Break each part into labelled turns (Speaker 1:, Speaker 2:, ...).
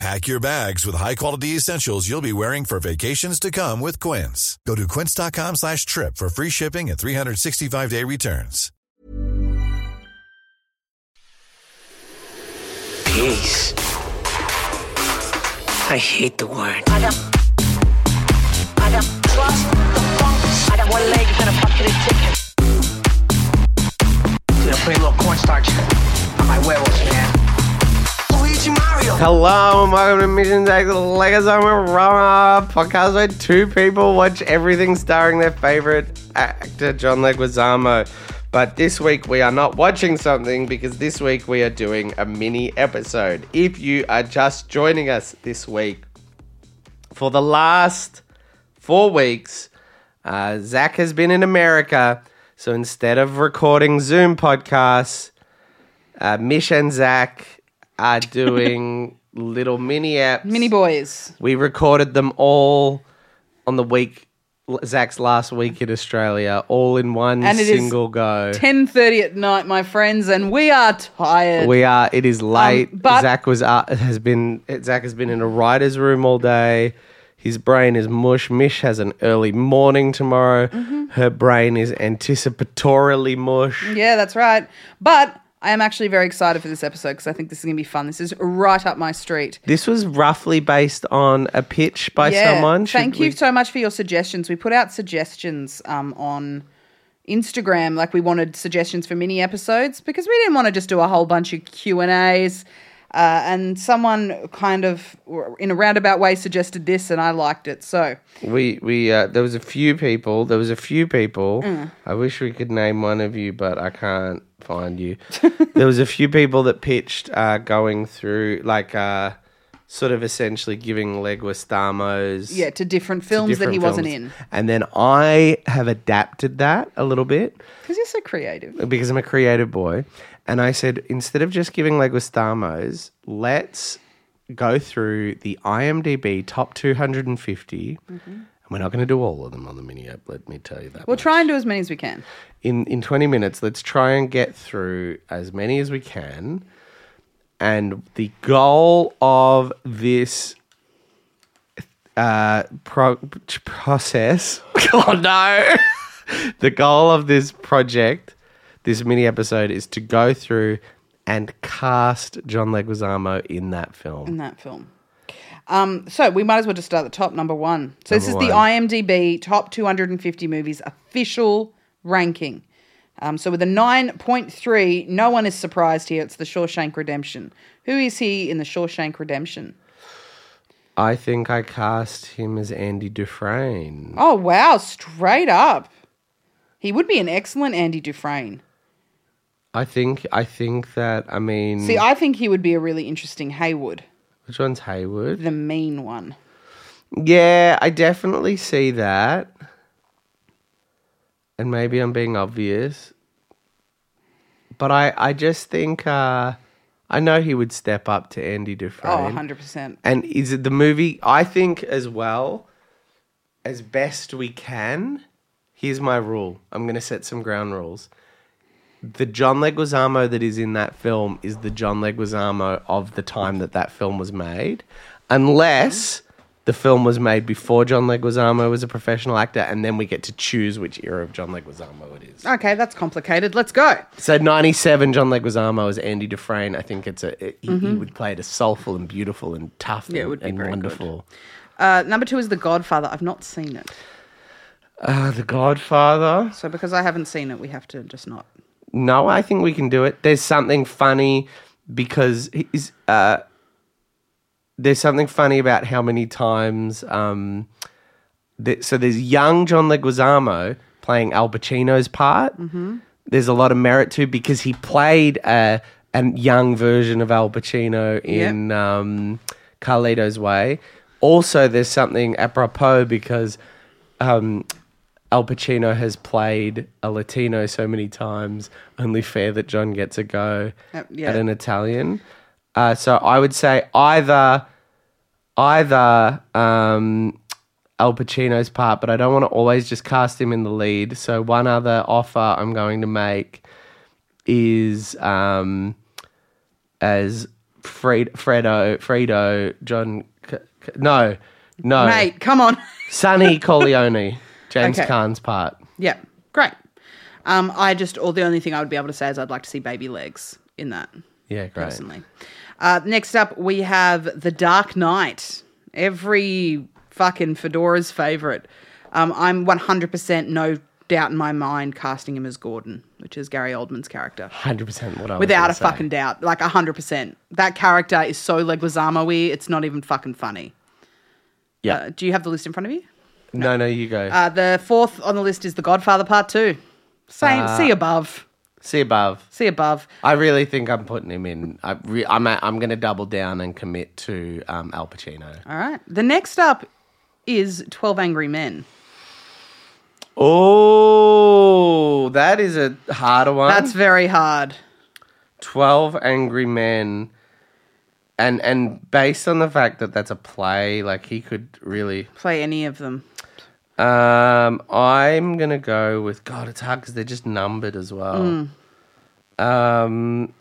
Speaker 1: Pack your bags with high-quality essentials you'll be wearing for vacations to come with Quince. Go to quince.com slash trip for free shipping and 365-day returns.
Speaker 2: Peace. I hate the word.
Speaker 3: I got, I got trust the funk. I got one leg and a bucket of chicken.
Speaker 2: You know, putting a little cornstarch on my werewolf, man. Luigi Mario.
Speaker 4: Hello and welcome to Mission Tag the Legacy Rama podcast where two people watch everything starring their favorite actor John Leguizamo. But this week we are not watching something because this week we are doing a mini episode. If you are just joining us this week, for the last four weeks, uh, Zach has been in America. So instead of recording Zoom podcasts, uh, Mish and Zach are doing little mini apps.
Speaker 5: Mini boys.
Speaker 4: We recorded them all on the week, Zach's last week in Australia, all in one
Speaker 5: And it is
Speaker 4: single go.
Speaker 5: 10:30 at night, my friends, and we are tired.
Speaker 4: we are. It is late.
Speaker 5: um, but-
Speaker 4: Zach was uh, has been Zach has been in a writer's room all day. His brain is mush. Mish has an early morning tomorrow. Her brain is anticipatorily mush.
Speaker 5: Mm-hmm. yeah, that's right. But I am actually very excited for this episode because I think this is going to be fun. This is right up my street.
Speaker 4: This was roughly based on a pitch by someone. Should
Speaker 5: Thank you
Speaker 4: we-
Speaker 5: so much for your suggestions. We put out suggestions um, on Instagram, like we wanted suggestions for mini episodes because we didn't want to just do a whole bunch of Q and A's. Uh, and someone kind of, in a roundabout way, suggested this, and I liked it. So
Speaker 4: We we uh, there was a few people. There was a few people.
Speaker 5: Mm.
Speaker 4: I wish we could name one of you, but I can't find you. there was a few people that pitched uh, going through like uh, sort of essentially giving Leguistamo's
Speaker 5: yeah, to different films that he wasn't in
Speaker 4: and then I have adapted that a little bit
Speaker 5: because you're so creative.
Speaker 4: because I'm a creative boy, and I said instead of just giving Leguistamo's, let's go through the IMDb top 250. And we're not going to do all of them on the mini app. Let me tell you that.
Speaker 5: Mm-hmm. We'll
Speaker 4: much.
Speaker 5: try and do as many as we can.
Speaker 4: in in 20 minutes. Let's try and get through as many as we can. And the goal of this uh, pro- process. Oh no! the goal of this project, this mini episode, is to go through and cast John Leguizamo in that
Speaker 5: in
Speaker 4: film.
Speaker 5: that film. Um, so we might as well just start at the top number one. So this is
Speaker 4: Number
Speaker 5: the
Speaker 4: one.
Speaker 5: IMDb top 250 movies official ranking. Um, so with a 9.3, no one is surprised here. It's The Shawshank Redemption. Who is he in The Shawshank Redemption?
Speaker 4: I think I cast him as Andy Dufresne.
Speaker 5: Oh wow, straight up. He would be an excellent Andy Dufresne.
Speaker 4: I think. I think that. I mean,
Speaker 5: See, I think he would be a really interesting Haywood,
Speaker 4: which one's Hayward?
Speaker 5: the mean one.
Speaker 4: Yeah, I definitely see that. And maybe I'm being obvious. But I, I just think uh, I know he would step up to Andy
Speaker 5: Oh,
Speaker 4: Dufresne.
Speaker 5: 100%.
Speaker 4: And is it the movie? I think as well, as best we can. Here's my rule. I'm going to set some ground rules. The John Leguizamo that is in that film is the John Leguizamo of the time that that film was made, unless the film was made before John Leguizamo was a professional actor, and then we get to choose which era of John Leguizamo it is.
Speaker 5: Okay, that's complicated. Let's go.
Speaker 4: So '97, John Leguizamo is Andy Dufresne. I think it's a it, he- he would play it as soulful and beautiful and tough and,
Speaker 5: Mm-hmm. it would be
Speaker 4: and
Speaker 5: very good.
Speaker 4: wonderful.
Speaker 5: Uh, number two is The Godfather. I've not seen it.
Speaker 4: Uh, the Godfather.
Speaker 5: So because I haven't seen it, we have to just not.
Speaker 4: No, I think we can do it. There's something funny because he's, uh, there's something funny about how many times. Um, th- so there's young John Leguizamo playing Al Pacino's part. There's a lot of merit to because he played a, a young version of Al Pacino in um, Carlito's Way. Also, there's something apropos because Al Pacino has played a Latino so many times, only fair that John gets a go
Speaker 5: Uh, yeah.
Speaker 4: at an Italian. Uh, so I would say either either um, Al Pacino's part, but I don't want to always just cast him in the lead. So one other offer I'm going to make is um, as Fred, Fredo, Fredo, John. C- C- no, no,
Speaker 5: Mate, come on.
Speaker 4: Sonny Corleone, James
Speaker 5: Okay.
Speaker 4: Khan's part.
Speaker 5: yeah, great. Um, I just, or the only thing I would be able to say is I'd like to see baby legs in that,
Speaker 4: Yeah, great.
Speaker 5: personally. Uh, next up, we have The Dark Knight. Every fucking Fedora's favorite. Um, I'm 100% no doubt in my mind casting him as Gordon, which is Gary Oldman's character.
Speaker 4: Hundred percent what I was
Speaker 5: Without
Speaker 4: gonna
Speaker 5: a
Speaker 4: say.
Speaker 5: fucking doubt. Like 100%. That character is so leguizamo y, it's not even fucking funny.
Speaker 4: Yeah.
Speaker 5: Uh, do you have the list in front of you?
Speaker 4: no, no, you go.
Speaker 5: Uh, the fourth on the list is The Godfather Part 2. Same,
Speaker 4: Ah.
Speaker 5: see above.
Speaker 4: See above.
Speaker 5: See above.
Speaker 4: I really think I'm putting him in. I re- I'm a, I'm going to double down and commit to um, Al Pacino.
Speaker 5: All right. The next up is 12 Angry Men.
Speaker 4: Oh, that is a harder one.
Speaker 5: That's very hard.
Speaker 4: Twelve Angry Men, and and based on the fact that that's a play, like he could really.
Speaker 5: Play any of them.
Speaker 4: Um, I'm gonna go with God. It's hard because they're just numbered as well. Um,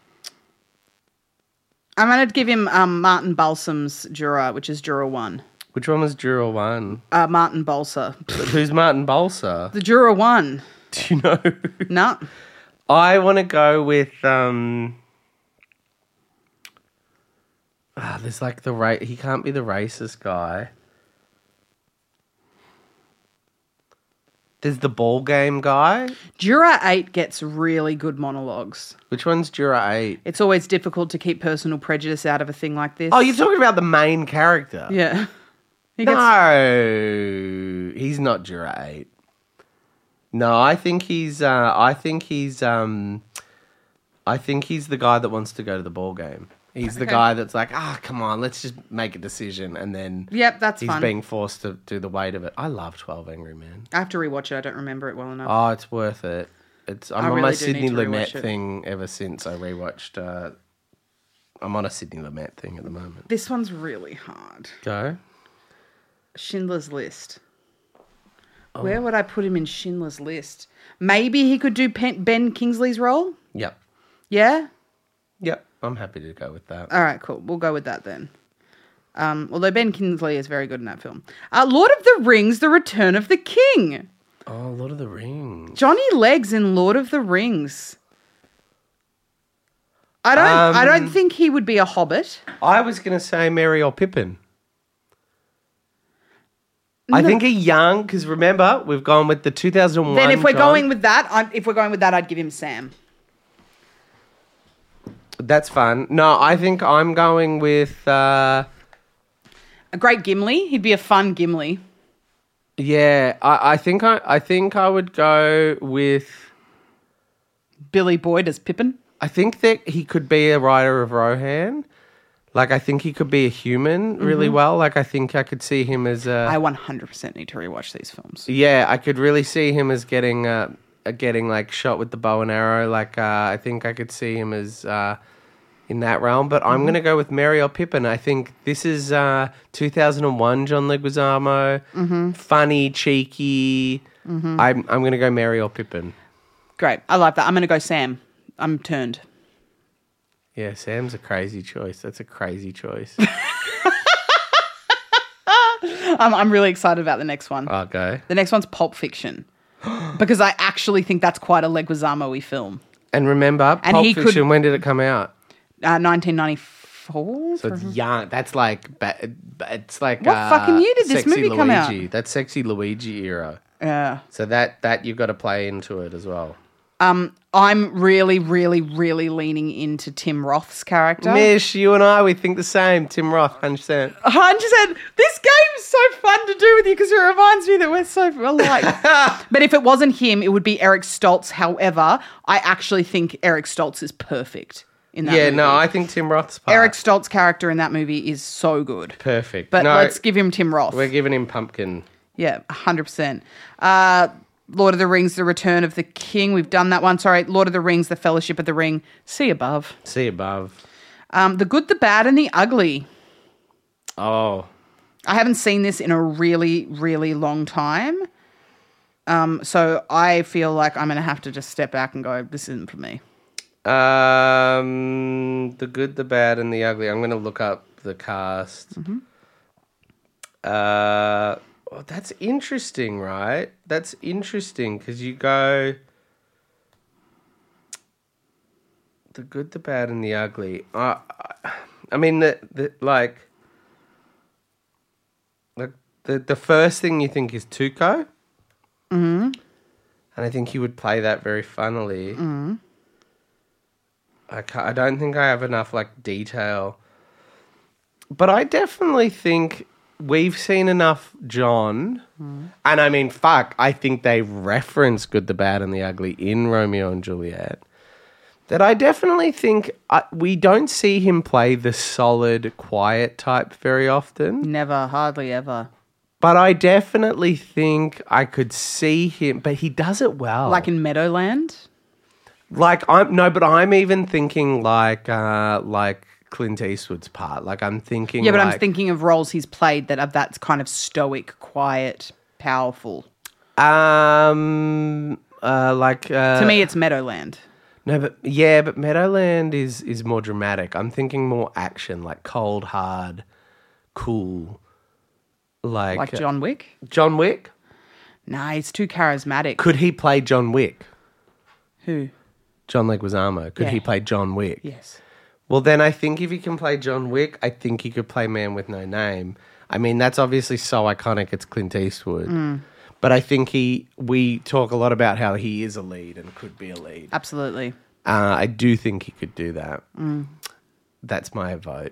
Speaker 5: I'm going to give him um, Martin Balsam's Juror, which is Juror 1.
Speaker 4: which one was Juror One?
Speaker 5: Uh, Martin Balsa.
Speaker 4: Who's Martin Balsa?
Speaker 5: The Juror 1.
Speaker 4: Do you know?
Speaker 5: No.
Speaker 4: I want to go with um. Ah, there's like the right. He can't be the racist guy. There's the ball game guy.
Speaker 5: Juror 8 gets really good monologues.
Speaker 4: Which one's Juror Eight?
Speaker 5: It's always difficult to keep personal prejudice out of a thing like this.
Speaker 4: Oh, you're talking about the main character.
Speaker 5: Yeah. He gets,
Speaker 4: No, he's not Juror Eight. No, I think he's. Uh, I think he's. Um, I think he's the guy that wants to go to the ball game. He's the
Speaker 5: Okay.
Speaker 4: guy that's like, ah, come on, let's just make a decision, and then
Speaker 5: Yep, that's
Speaker 4: he's
Speaker 5: fun.
Speaker 4: being forced to do the weight of it. I love Twelve Angry Men.
Speaker 5: I have to rewatch it. I don't remember it well enough.
Speaker 4: Oh, it's worth it. It's I'm
Speaker 5: I
Speaker 4: on my
Speaker 5: really do need
Speaker 4: Sydney
Speaker 5: to
Speaker 4: Lumet
Speaker 5: rewatch it.
Speaker 4: thing ever since I rewatched. Uh, I'm on a Sydney Lumet thing at the moment.
Speaker 5: This one's really hard.
Speaker 4: Go.
Speaker 5: Schindler's List. Where would I put him in Schindler's List? Maybe he could do Pen- Ben Kingsley's role?
Speaker 4: Yep.
Speaker 5: Yeah?
Speaker 4: Yep. I'm happy to go with that.
Speaker 5: All right, cool. We'll go with that then. Um, although Ben Kingsley is very good in that film. Uh, Lord of the Rings, The Return of the King.
Speaker 4: Oh, Lord of the Rings.
Speaker 5: Johnny Legs in Lord of the Rings. I don't I don't think he would be a hobbit.
Speaker 4: I was going to say Mary or Pippin. I think a young, because remember, we've gone with the 2001.
Speaker 5: Then if we're
Speaker 4: John.
Speaker 5: going with that, I'm, if we're going with that, I'd give him Sam.
Speaker 4: That's fun. No, I think I'm going with. Uh,
Speaker 5: A great Gimli. He'd be a fun Gimli.
Speaker 4: yeah, I, I think I, I think I would go with.
Speaker 5: Billy Boyd as Pippin.
Speaker 4: I think that he could be a rider of Rohan. Like I think he could be a human really
Speaker 5: Mm-hmm.
Speaker 4: well. Like I think I could see him as a.
Speaker 5: I 100% need to rewatch these films.
Speaker 4: Yeah, I could really see him as getting uh, uh, getting like shot with the bow and arrow. Like uh, I think I could see him as uh, in that realm. But
Speaker 5: Mm-hmm.
Speaker 4: I'm gonna go with Mario Pippin. I think this is uh, 2001 John Leguizamo,
Speaker 5: Mm-hmm.
Speaker 4: funny, cheeky. I'm I'm gonna go Mario Pippin.
Speaker 5: Great. I like that. I'm going to go Sam. I'm turned.
Speaker 4: Yeah, Sam's a crazy choice. That's a crazy choice.
Speaker 5: I'm, I'm really excited about the next one.
Speaker 4: I'll go.
Speaker 5: the next one's Pulp Fiction. because I actually think that's quite a Leguizamo-y film.
Speaker 4: And remember,
Speaker 5: And
Speaker 4: Pulp
Speaker 5: he could-
Speaker 4: Fiction. When did it come out?
Speaker 5: Uh, 1994?
Speaker 4: So it's young. That's like ba- ba- it's like
Speaker 5: Mm-hmm. What
Speaker 4: uh,
Speaker 5: fucking year did this
Speaker 4: Sexy
Speaker 5: movie come out?
Speaker 4: Luigi. That's sexy Luigi era.
Speaker 5: yeah.
Speaker 4: So that that you've got to play into it as well.
Speaker 5: I'm really, really, really leaning into Tim Roth's character.
Speaker 4: Mish, you and I, we think the same. Tim Roth, hundred percent.
Speaker 5: Hun said, "This game's so fun to do with you because it reminds me that we're so alike." but if it wasn't him, it would be Eric Stoltz. However, I actually think Eric Stoltz is perfect in that.
Speaker 4: Yeah,
Speaker 5: movie.
Speaker 4: no, I think Tim Roth's part.
Speaker 5: Eric Stoltz's character in that movie is so good.
Speaker 4: perfect.
Speaker 5: But
Speaker 4: no,
Speaker 5: let's give him Tim Roth.
Speaker 4: we're giving him pumpkin.
Speaker 5: Yeah, hundred percent. uh, Lord of the Rings, The Return of the King. We've done that one. Sorry, Lord of the Rings, The Fellowship of the Ring. See above.
Speaker 4: See above.
Speaker 5: Um, the Good, the Bad, and the Ugly.
Speaker 4: Oh,
Speaker 5: I haven't seen this in a really, really long time. Um, so I feel like I'm going to have to just step back and go, this isn't for me.
Speaker 4: Um, the good, the bad, and the ugly. I'm going to look up the cast. Uh, well, that's interesting, right? That's interesting because you go the good, the bad, and the ugly. I, I- I mean, the, the like, like the the first thing you think is Tuco. Mm-hmm. And I think he would play that very funnily. I can't, I don't think I have enough like detail. But I definitely think we've seen enough John. And I mean fuck, I think they reference good the bad and the ugly in Romeo and Juliet. That I definitely think I, we don't see him play the solid quiet type very often.
Speaker 5: Never, hardly ever.
Speaker 4: But I definitely think I could see him but he does it well.
Speaker 5: Like in Meadowland.
Speaker 4: Like I'm no, but I'm even thinking like uh like Clint Eastwood's part. Like I'm thinking
Speaker 5: Yeah, but I'm
Speaker 4: like-
Speaker 5: thinking of roles he's played that are that kind of stoic, quiet, powerful.
Speaker 4: um uh like uh
Speaker 5: to me, it's Meadowland.
Speaker 4: No but yeah, but Meadowland is is more dramatic. I'm thinking more action, like cold, hard, cool. Like, uh,
Speaker 5: Like John Wick.
Speaker 4: John Wick?
Speaker 5: Nah, he's too charismatic.
Speaker 4: Could he play John Wick?
Speaker 5: Who?
Speaker 4: John Leguizamo. Could he
Speaker 5: Yeah.
Speaker 4: play John Wick?
Speaker 5: Yes.
Speaker 4: Well, then I think if he can play John Wick, I think he could play Man with No Name. I mean, that's obviously so iconic. It's Clint Eastwood.
Speaker 5: Mm.
Speaker 4: But I think he, we talk a lot about how he is a lead and could be a lead. Uh,
Speaker 5: Absolutely.
Speaker 4: I do think he could do that.
Speaker 5: Mm.
Speaker 4: That's my vote.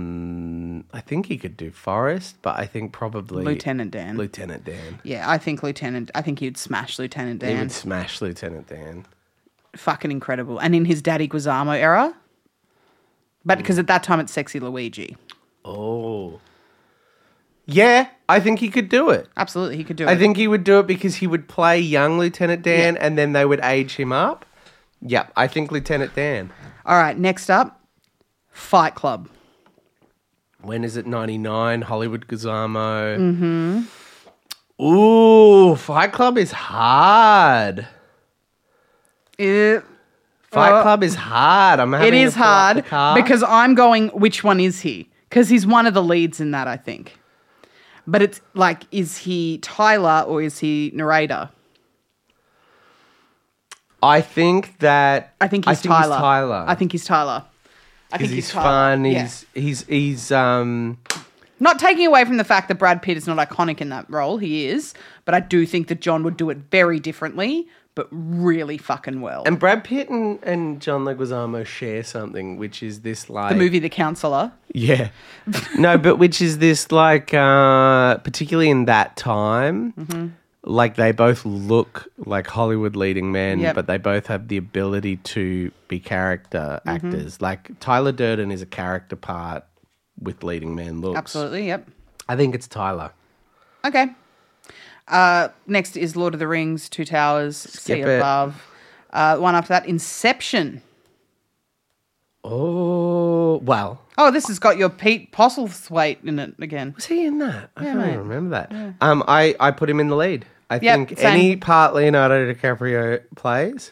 Speaker 4: I think he could do Forrest, but I think probably
Speaker 5: Lieutenant Dan.
Speaker 4: Lieutenant Dan.
Speaker 5: yeah, I think Lieutenant. I think he'd smash Lieutenant
Speaker 4: He
Speaker 5: Dan.
Speaker 4: would smash Lieutenant Dan.
Speaker 5: Fucking incredible. And in his Daddy Guizamo era. But
Speaker 4: Mm.
Speaker 5: because at that time it's Sexy Luigi.
Speaker 4: Oh. Yeah, I think he could do it.
Speaker 5: Absolutely, he could do it.
Speaker 4: I think he would do it because he would play young Lieutenant Dan and then they would age him up. Yep, I think Lieutenant Dan.
Speaker 5: All right, next up, Fight Club.
Speaker 4: When is it 99? Hollywood Guzamo. Mm-hmm.
Speaker 5: Mm-hmm.
Speaker 4: Ooh, Fight Club is hard.
Speaker 5: It,
Speaker 4: Fight
Speaker 5: Uh,
Speaker 4: Club is hard. I'm having
Speaker 5: it
Speaker 4: to
Speaker 5: is
Speaker 4: pull up the
Speaker 5: hard
Speaker 4: card.
Speaker 5: because I'm going, which one is he? Because he's one of the leads in that, I think. But it's like, is he Tyler or is he narrator?
Speaker 4: I think that
Speaker 5: I think he's Tyler.
Speaker 4: Tyler.
Speaker 5: I think he's Tyler. I think
Speaker 4: because
Speaker 5: he's,
Speaker 4: he's
Speaker 5: Tyler.
Speaker 4: fun.
Speaker 5: Yeah.
Speaker 4: He's he's he's um
Speaker 5: Not taking away from the fact that Brad Pitt is not iconic in that role, he is, but I do think that John would do it very differently, but really fucking well.
Speaker 4: and Brad Pitt and, and John Leguizamo share something, which is this like
Speaker 5: the movie The Counselor.
Speaker 4: Yeah. no, but which is this like uh particularly in that time
Speaker 5: Mm-hmm.
Speaker 4: like they both look like Hollywood leading men,
Speaker 5: Yep.
Speaker 4: but they both have the ability to be character
Speaker 5: Mm-hmm.
Speaker 4: actors. Like Tyler Durden is a character part with leading man looks.
Speaker 5: Absolutely, yep.
Speaker 4: I think it's Tyler.
Speaker 5: Okay. Uh, next is Lord of the Rings, Two Towers, See
Speaker 4: it.
Speaker 5: Above. Uh, one after that, Inception.
Speaker 4: Oh well.
Speaker 5: Oh, this has got your Pete Postlethwaite in it again.
Speaker 4: Was he in that? I can't even remember that. Um I, I put him in the lead. I
Speaker 5: Yep,
Speaker 4: think
Speaker 5: same.
Speaker 4: any part Leonardo DiCaprio plays,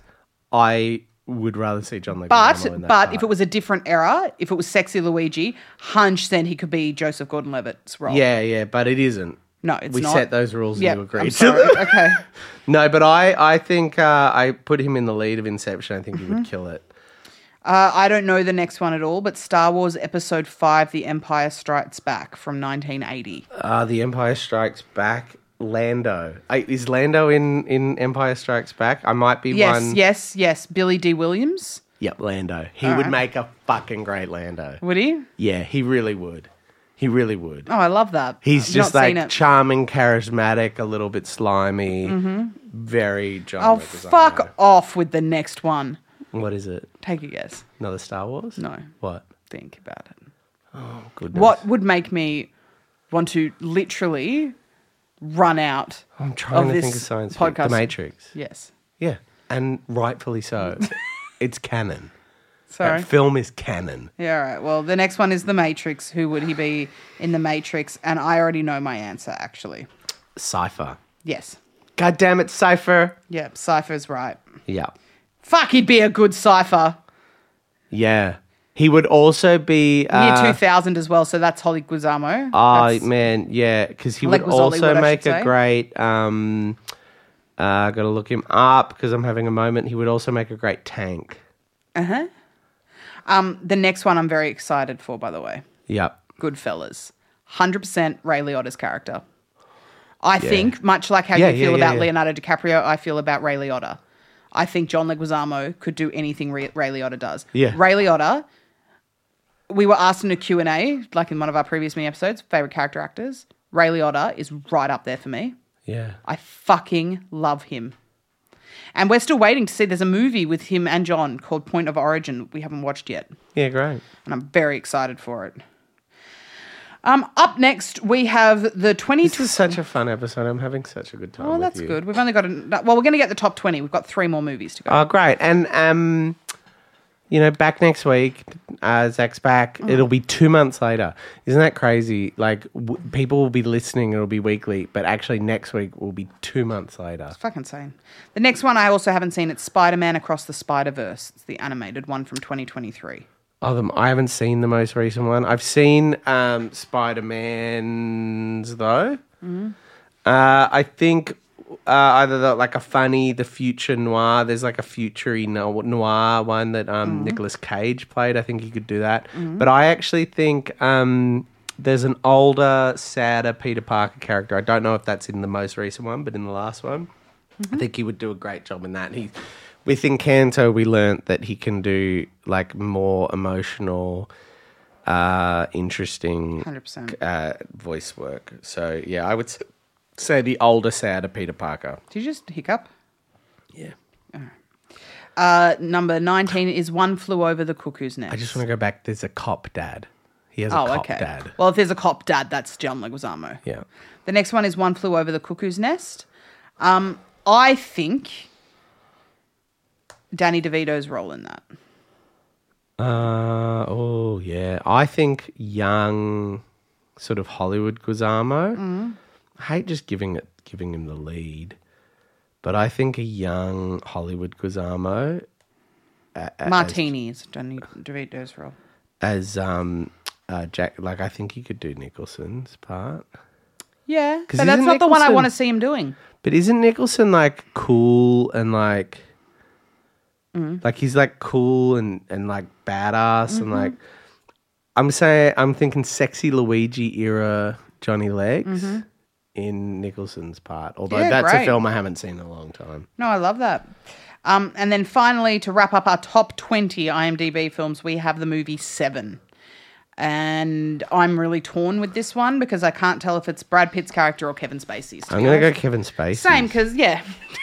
Speaker 4: I would rather see John Leguizamo
Speaker 5: But
Speaker 4: in
Speaker 5: but
Speaker 4: that part.
Speaker 5: if it was a different era, if it was sexy Luigi, hunch then he could be Joseph Gordon-Levitt's role.
Speaker 4: Yeah, yeah, but it isn't.
Speaker 5: No, it's
Speaker 4: we
Speaker 5: not.
Speaker 4: set those rules
Speaker 5: Yeah,
Speaker 4: and you agreed
Speaker 5: I'm
Speaker 4: to
Speaker 5: sorry.
Speaker 4: them.
Speaker 5: okay. Mm-hmm.
Speaker 4: No, but I, I think uh, I put him in the lead of Inception. I think he would kill it.
Speaker 5: Uh, I don't know the next one at all, but Star Wars Episode Five: The Empire Strikes Back from 1980.
Speaker 4: Ah, The Empire Strikes Back. Lando. I, is Lando in in Empire Strikes Back? I might be
Speaker 5: yes,
Speaker 4: one.
Speaker 5: yes, yes. Billy D. Williams.
Speaker 4: Yep, Lando. He would make a fucking great Lando.
Speaker 5: Would he?
Speaker 4: Yeah, he really would. He really would.
Speaker 5: Oh, I love that.
Speaker 4: He's
Speaker 5: I've
Speaker 4: just
Speaker 5: not seen
Speaker 4: like
Speaker 5: it.
Speaker 4: charming, charismatic, a little bit slimy, very John.
Speaker 5: Mm-hmm. oh,
Speaker 4: Leguizamo.
Speaker 5: fuck off with the next one.
Speaker 4: What is it?
Speaker 5: Take a guess.
Speaker 4: Another Star Wars?
Speaker 5: No.
Speaker 4: What?
Speaker 5: Think about it.
Speaker 4: Goodness.
Speaker 5: What would make me want to literally run out?
Speaker 4: I'm trying
Speaker 5: of
Speaker 4: to think
Speaker 5: this
Speaker 4: of science fiction.
Speaker 5: podcast?
Speaker 4: The Matrix.
Speaker 5: Yes.
Speaker 4: Yeah, and rightfully so. it's canon.
Speaker 5: Sorry.
Speaker 4: That film is canon.
Speaker 5: Yeah, all right. Well, the next one is The Matrix. Who would he be in The Matrix? And I already know my answer, actually.
Speaker 4: Cipher.
Speaker 5: Yes.
Speaker 4: God damn it, Cipher.
Speaker 5: Yep, Cypher's right.
Speaker 4: Yeah.
Speaker 5: Fuck, he'd be a good Cypher.
Speaker 4: Yeah. He would also be.
Speaker 5: Year
Speaker 4: Uh,
Speaker 5: 2000 as well, so that's Holly Guizamo.
Speaker 4: Oh
Speaker 5: That's-
Speaker 4: man, yeah, because he would
Speaker 5: Leguizamo,
Speaker 4: also
Speaker 5: what I
Speaker 4: make
Speaker 5: should
Speaker 4: a
Speaker 5: say.
Speaker 4: great. Um, uh, gotta look him up because I'm having a moment. He would also make a great tank.
Speaker 5: um, the next one I'm very excited for, by the way.
Speaker 4: Yep.
Speaker 5: Goodfellas. 100% Ray Liotta's character. I think, much like how
Speaker 4: Yeah,
Speaker 5: you feel
Speaker 4: yeah, yeah,
Speaker 5: about
Speaker 4: yeah.
Speaker 5: Leonardo DiCaprio, I feel about Ray Liotta. I think John Leguizamo could do anything Ray, Ray Liotta does.
Speaker 4: Yeah.
Speaker 5: Ray Liotta, we were asked in a Q&A, like in one of our previous mini episodes, favourite character actors. Ray Liotta is right up there for me.
Speaker 4: Yeah.
Speaker 5: I fucking love him. And we're still waiting to see. There's a movie with him and John called Point of Origin we haven't watched yet
Speaker 4: Yeah, great.
Speaker 5: and I'm very excited for it. Um, up next we have the 20.
Speaker 4: This is such a fun episode. I'm having such a good time.
Speaker 5: oh,
Speaker 4: with
Speaker 5: that's
Speaker 4: you.
Speaker 5: good. We've only got an, well, we're going to get the top 20. We've got three more movies to go.
Speaker 4: Oh, great. And um, you know, back next week, uh, Zach's back.
Speaker 5: Mm.
Speaker 4: It'll be two months later. Isn't that crazy? Like w- people will be listening. It'll be weekly, but actually next week will be two months later.
Speaker 5: Fucking insane. The next one I also haven't seen. It's Spider-Man Across the Spider-Verse. It's the animated one from 2023.
Speaker 4: Oh, the, I haven't seen the most recent one. I've seen um, Spider Man's though. Uh, I think uh, either the, like a funny the future noir. There's like a futury no- noir one that um, Nicolas Cage played. I think he could do that. But I actually think um, there's an older, sadder Peter Parker character. I don't know if that's in the most recent one, but in the last one, I think he would do a great job in that. He with Encanto, we learnt that he can do like more emotional, uh, interesting
Speaker 5: 100%.
Speaker 4: uh, voice work. So yeah, I would s- say the older, sadder Peter Parker.
Speaker 5: Did you just hiccup?
Speaker 4: Yeah.
Speaker 5: Uh, number 19 is One Flew Over the Cuckoo's Nest.
Speaker 4: I just want to go back. There's a cop dad. He has a
Speaker 5: Oh,
Speaker 4: cop
Speaker 5: okay.
Speaker 4: dad.
Speaker 5: Well, if there's a cop dad, that's John Leguizamo.
Speaker 4: Yeah.
Speaker 5: The next one is One Flew Over the Cuckoo's Nest. Um, I think Danny DeVito's role in that.
Speaker 4: Uh, oh yeah. I think young, sort of Hollywood Guzamo. I hate just giving it, giving him the lead, but I think a young Hollywood Guzamo
Speaker 5: Martini is Danny DeVito's role.
Speaker 4: as um, uh, Jack. Like I think he could do Nicholson's part.
Speaker 5: Yeah,
Speaker 4: 'Cause
Speaker 5: but that's
Speaker 4: isn't
Speaker 5: not the one I
Speaker 4: Nicholson-
Speaker 5: want to see him doing.
Speaker 4: But isn't Nicholson like cool and like
Speaker 5: Mm.
Speaker 4: like he's like cool and and like badass
Speaker 5: Mm-hmm.
Speaker 4: and like I'm saying I'm thinking sexy Luigi era Johnny Legs in Nicholson's part. Although
Speaker 5: Mm-hmm. Yeah,
Speaker 4: that's
Speaker 5: great.
Speaker 4: a film I haven't seen in a long time.
Speaker 5: No, I love that. Um, and then finally, to wrap up our top 20 IMDb films, we have the movie Seven. And I'm really torn with this one because I can't tell if it's Brad Pitt's character or Kevin Spacey's. to
Speaker 4: I'm
Speaker 5: be
Speaker 4: gonna go
Speaker 5: honest.
Speaker 4: Kevin Spacey.
Speaker 5: Same, because, yeah.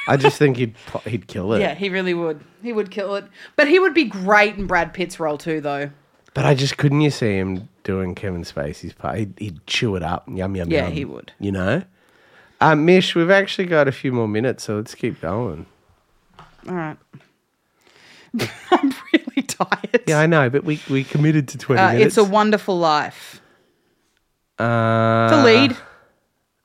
Speaker 4: I just think he'd pl- he'd kill it.
Speaker 5: Yeah, he really would. He would kill it. But he would be great in Brad Pitt's role too, though.
Speaker 4: But I just couldn't you see him doing Kevin Spacey's part. He'd, he'd chew it up. Yum yum
Speaker 5: Yeah,
Speaker 4: yum.
Speaker 5: he would.
Speaker 4: You know. Um, Mish, we've actually got a few more minutes, so let's keep going.
Speaker 5: All right. I'm really tired.
Speaker 4: Yeah, I know, but we we committed to twenty
Speaker 5: uh, it's
Speaker 4: minutes.
Speaker 5: a Wonderful Life.
Speaker 4: uh,
Speaker 5: It's
Speaker 4: Ah,
Speaker 5: a lead.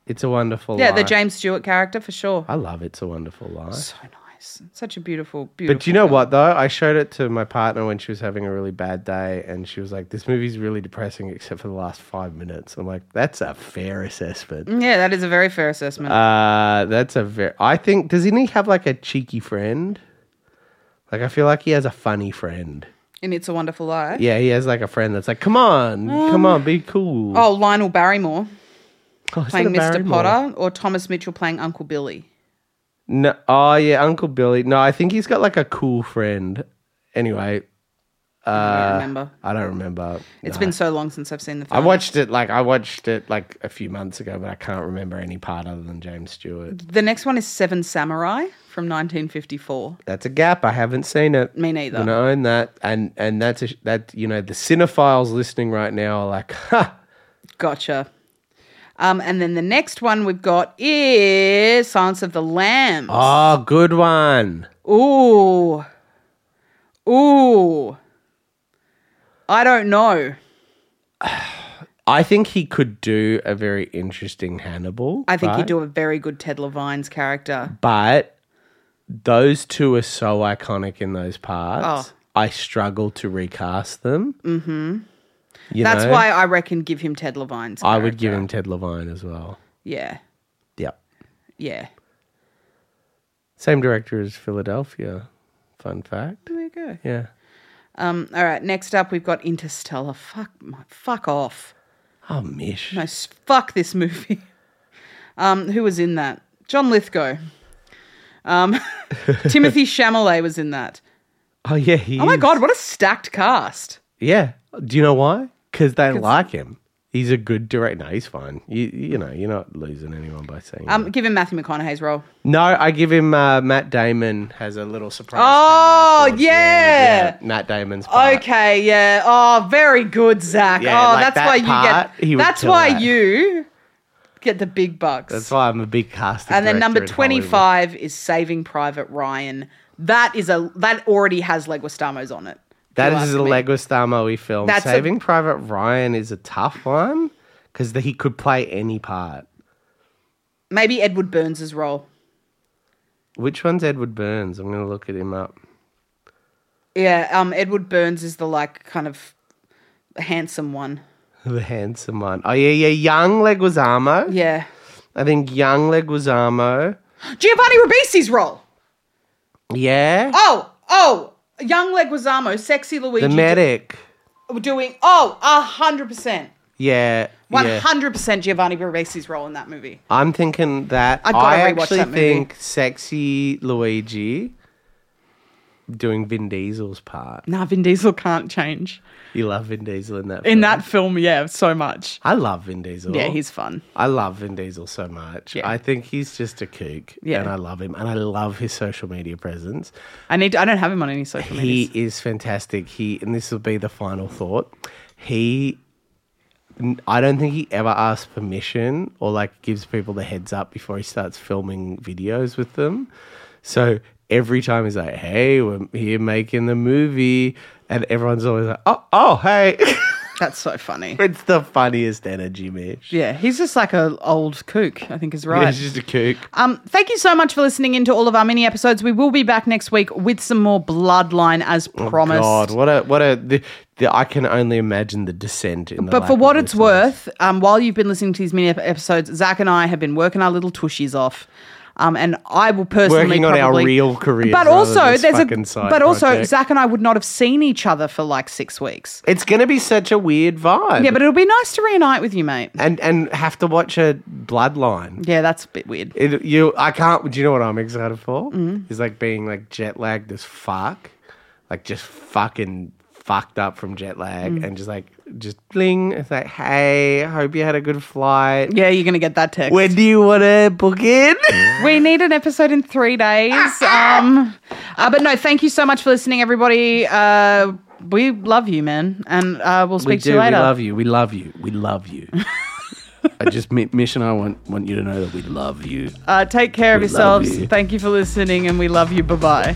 Speaker 4: It's a wonderful.
Speaker 5: yeah, the
Speaker 4: Life.
Speaker 5: James Stewart character for sure.
Speaker 4: I love it's a wonderful life.
Speaker 5: So nice. Such a beautiful, beautiful.
Speaker 4: but do you know
Speaker 5: film.
Speaker 4: what though? I showed it to my partner when she was having a really bad day, and she was like, "This movie's really depressing, except for the last five minutes." I'm like, "That's a fair assessment."
Speaker 5: Yeah, that is a very fair assessment.
Speaker 4: Uh, that's a very. I think doesn't he have like a cheeky friend? Like I feel like he has a funny friend.
Speaker 5: in It's a Wonderful Life.
Speaker 4: Yeah, he has like a friend that's like, come on, come on, be cool.
Speaker 5: Um, Oh, Lionel Barrymore
Speaker 4: Oh, is
Speaker 5: playing
Speaker 4: that a
Speaker 5: Mr.
Speaker 4: Barrymore?
Speaker 5: Potter or Thomas Mitchell playing Uncle Billy.
Speaker 4: No, oh yeah, Uncle Billy. No, I think he's got like a cool friend. Anyway,
Speaker 5: I don't remember.
Speaker 4: I don't remember.
Speaker 5: It's
Speaker 4: No.
Speaker 5: been so long since I've seen the
Speaker 4: Ah, I
Speaker 5: film.
Speaker 4: watched it like I watched it like a few months ago, but I can't remember any part other than James Stewart.
Speaker 5: the next one is Seven Samurai from 1954.
Speaker 4: That's a gap. I haven't seen it.
Speaker 5: Me neither.
Speaker 4: Gonna own that, and and that's a, sh- that you know the cinephiles listening right now are like, ha,
Speaker 5: Gotcha. Um, and then the next one we've got is Silence of the Lambs.
Speaker 4: oh, good one. Oh.
Speaker 5: Ooh. Ooh. I don't know.
Speaker 4: I think he could do a very interesting Hannibal.
Speaker 5: I think
Speaker 4: right?
Speaker 5: you do a very good Ted Levine's character.
Speaker 4: But those two are so iconic in those parts.
Speaker 5: Oh.
Speaker 4: I struggle to recast them. Mm-hmm.
Speaker 5: That's why I reckon give him Ted Levine's.
Speaker 4: I would
Speaker 5: character.
Speaker 4: give him Ted Levine as well.
Speaker 5: Yeah.
Speaker 4: Yep.
Speaker 5: Yeah.
Speaker 4: Same director as Philadelphia. Fun fact.
Speaker 5: There you go.
Speaker 4: Yeah.
Speaker 5: Um, all right. Next up, we've got Interstellar. Fuck my fuck off.
Speaker 4: Oh, Mish.
Speaker 5: No, s- fuck this movie. Um, who was in that? John Lithgow. Um, Timothy Chalamet was in that.
Speaker 4: Oh, yeah. He
Speaker 5: Oh my
Speaker 4: is.
Speaker 5: god, what a stacked cast.
Speaker 4: Yeah. Do you know why? Because they like him. He's a good director. No, he's fine. You, you know, you're not losing anyone by saying that.
Speaker 5: Um, give him Matthew McConaughey's role.
Speaker 4: No, I give him uh, Matt Damon has a little surprise.
Speaker 5: Oh,
Speaker 4: cameo towards the
Speaker 5: yeah.
Speaker 4: end. Matt Damon's part.
Speaker 5: Okay, yeah. Oh, very good, Zach.
Speaker 4: Yeah,
Speaker 5: oh,
Speaker 4: like
Speaker 5: that's
Speaker 4: that
Speaker 5: why you
Speaker 4: part,
Speaker 5: get.
Speaker 4: he would
Speaker 5: that's
Speaker 4: kill
Speaker 5: why
Speaker 4: that.
Speaker 5: you get the big bucks.
Speaker 4: That's why I'm a big casting.
Speaker 5: and then number
Speaker 4: director in Hollywood.
Speaker 5: twenty-five is Saving Private Ryan. That is a that already has Leguistamo's on it. if you
Speaker 4: That
Speaker 5: ask
Speaker 4: is a
Speaker 5: me.
Speaker 4: Leguistamo film.
Speaker 5: That's a-
Speaker 4: Saving Private Ryan is a tough one because he could play any part.
Speaker 5: Maybe Edward Burns' role.
Speaker 4: Which one's Edward Burns? I'm going to look at him up.
Speaker 5: Yeah, um, Edward Burns is the like kind of handsome one.
Speaker 4: The handsome one. Oh yeah, yeah, young Leguizamo.
Speaker 5: Yeah,
Speaker 4: I think young Leguizamo.
Speaker 5: Giovanni Ribisi's role.
Speaker 4: Yeah,
Speaker 5: Oh, oh, young Leguizamo, sexy Luigi.
Speaker 4: the medic.
Speaker 5: doing oh a hundred percent
Speaker 4: Yeah,
Speaker 5: one
Speaker 4: yeah.
Speaker 5: hundred percent Giovanni Ribisi's role in that movie.
Speaker 4: I'm thinking that
Speaker 5: I'd gotta
Speaker 4: I
Speaker 5: rewatch
Speaker 4: actually
Speaker 5: that movie.
Speaker 4: think sexy Luigi doing Vin Diesel's part.
Speaker 5: Nah, Vin Diesel can't change
Speaker 4: You love Vin Diesel in that.
Speaker 5: in
Speaker 4: film.
Speaker 5: that film. Yeah, so much.
Speaker 4: I love Vin Diesel.
Speaker 5: Yeah, he's fun.
Speaker 4: I love Vin Diesel so much.
Speaker 5: Yeah.
Speaker 4: I think he's just a kook.
Speaker 5: Yeah.
Speaker 4: And I love him. And I love his social media presence.
Speaker 5: I need. I don't have him on any social media.
Speaker 4: He is fantastic. He, and this will be the final thought. He, n- I don't think he ever asks permission or like gives people the heads up before he starts filming videos with them. So every time he's like, hey, we're here making the movie. And everyone's always like, oh, oh, hey.
Speaker 5: That's so funny.
Speaker 4: it's the funniest energy, Mitch.
Speaker 5: Yeah, he's just like a old kook. I think is right.
Speaker 4: He's just a kook.
Speaker 5: Um, thank you so much for listening in to all of our mini episodes. We will be back next week with some more Bloodline as promised.
Speaker 4: Oh, God, what a what a the, the, I can only imagine the descent in. The
Speaker 5: But
Speaker 4: lack
Speaker 5: for
Speaker 4: of
Speaker 5: what it's
Speaker 4: listeners.
Speaker 5: worth, um, while you've been listening to these mini ep- episodes, Zach and I have been working our little tushies off. Um, and I will personally
Speaker 4: Working on our
Speaker 5: probably-
Speaker 4: real careers
Speaker 5: But
Speaker 4: rather
Speaker 5: also,
Speaker 4: than this
Speaker 5: there's a
Speaker 4: fucking side
Speaker 5: but also
Speaker 4: project.
Speaker 5: Zach and I would not have seen each other for like six weeks.
Speaker 4: it's going to be such a weird vibe.
Speaker 5: Yeah, but it'll be nice to reunite with you, mate.
Speaker 4: and and have to watch a bloodline.
Speaker 5: Yeah, that's a bit weird.
Speaker 4: It, you, I can't. Do you know what I'm excited for? Is like being like jet lagged as fuck, like just fucking fucked up from jet lag, and just like just bling. It's like, hey, hope you had a good flight.
Speaker 5: Yeah, you're gonna get that text.
Speaker 4: When do you want to book in?
Speaker 5: we need an episode in three days. Um, uh, but no, thank you so much for listening, everybody. Uh, we love you, man, and uh, we'll speak
Speaker 4: we
Speaker 5: to
Speaker 4: do.
Speaker 5: you later.
Speaker 4: We love you. We love you. We love you. I just Mi- Mish and I want want you to know that we love you.
Speaker 5: Uh, take care of
Speaker 4: We love
Speaker 5: yourselves.
Speaker 4: you.
Speaker 5: Thank you for listening, and we love you. Bye bye.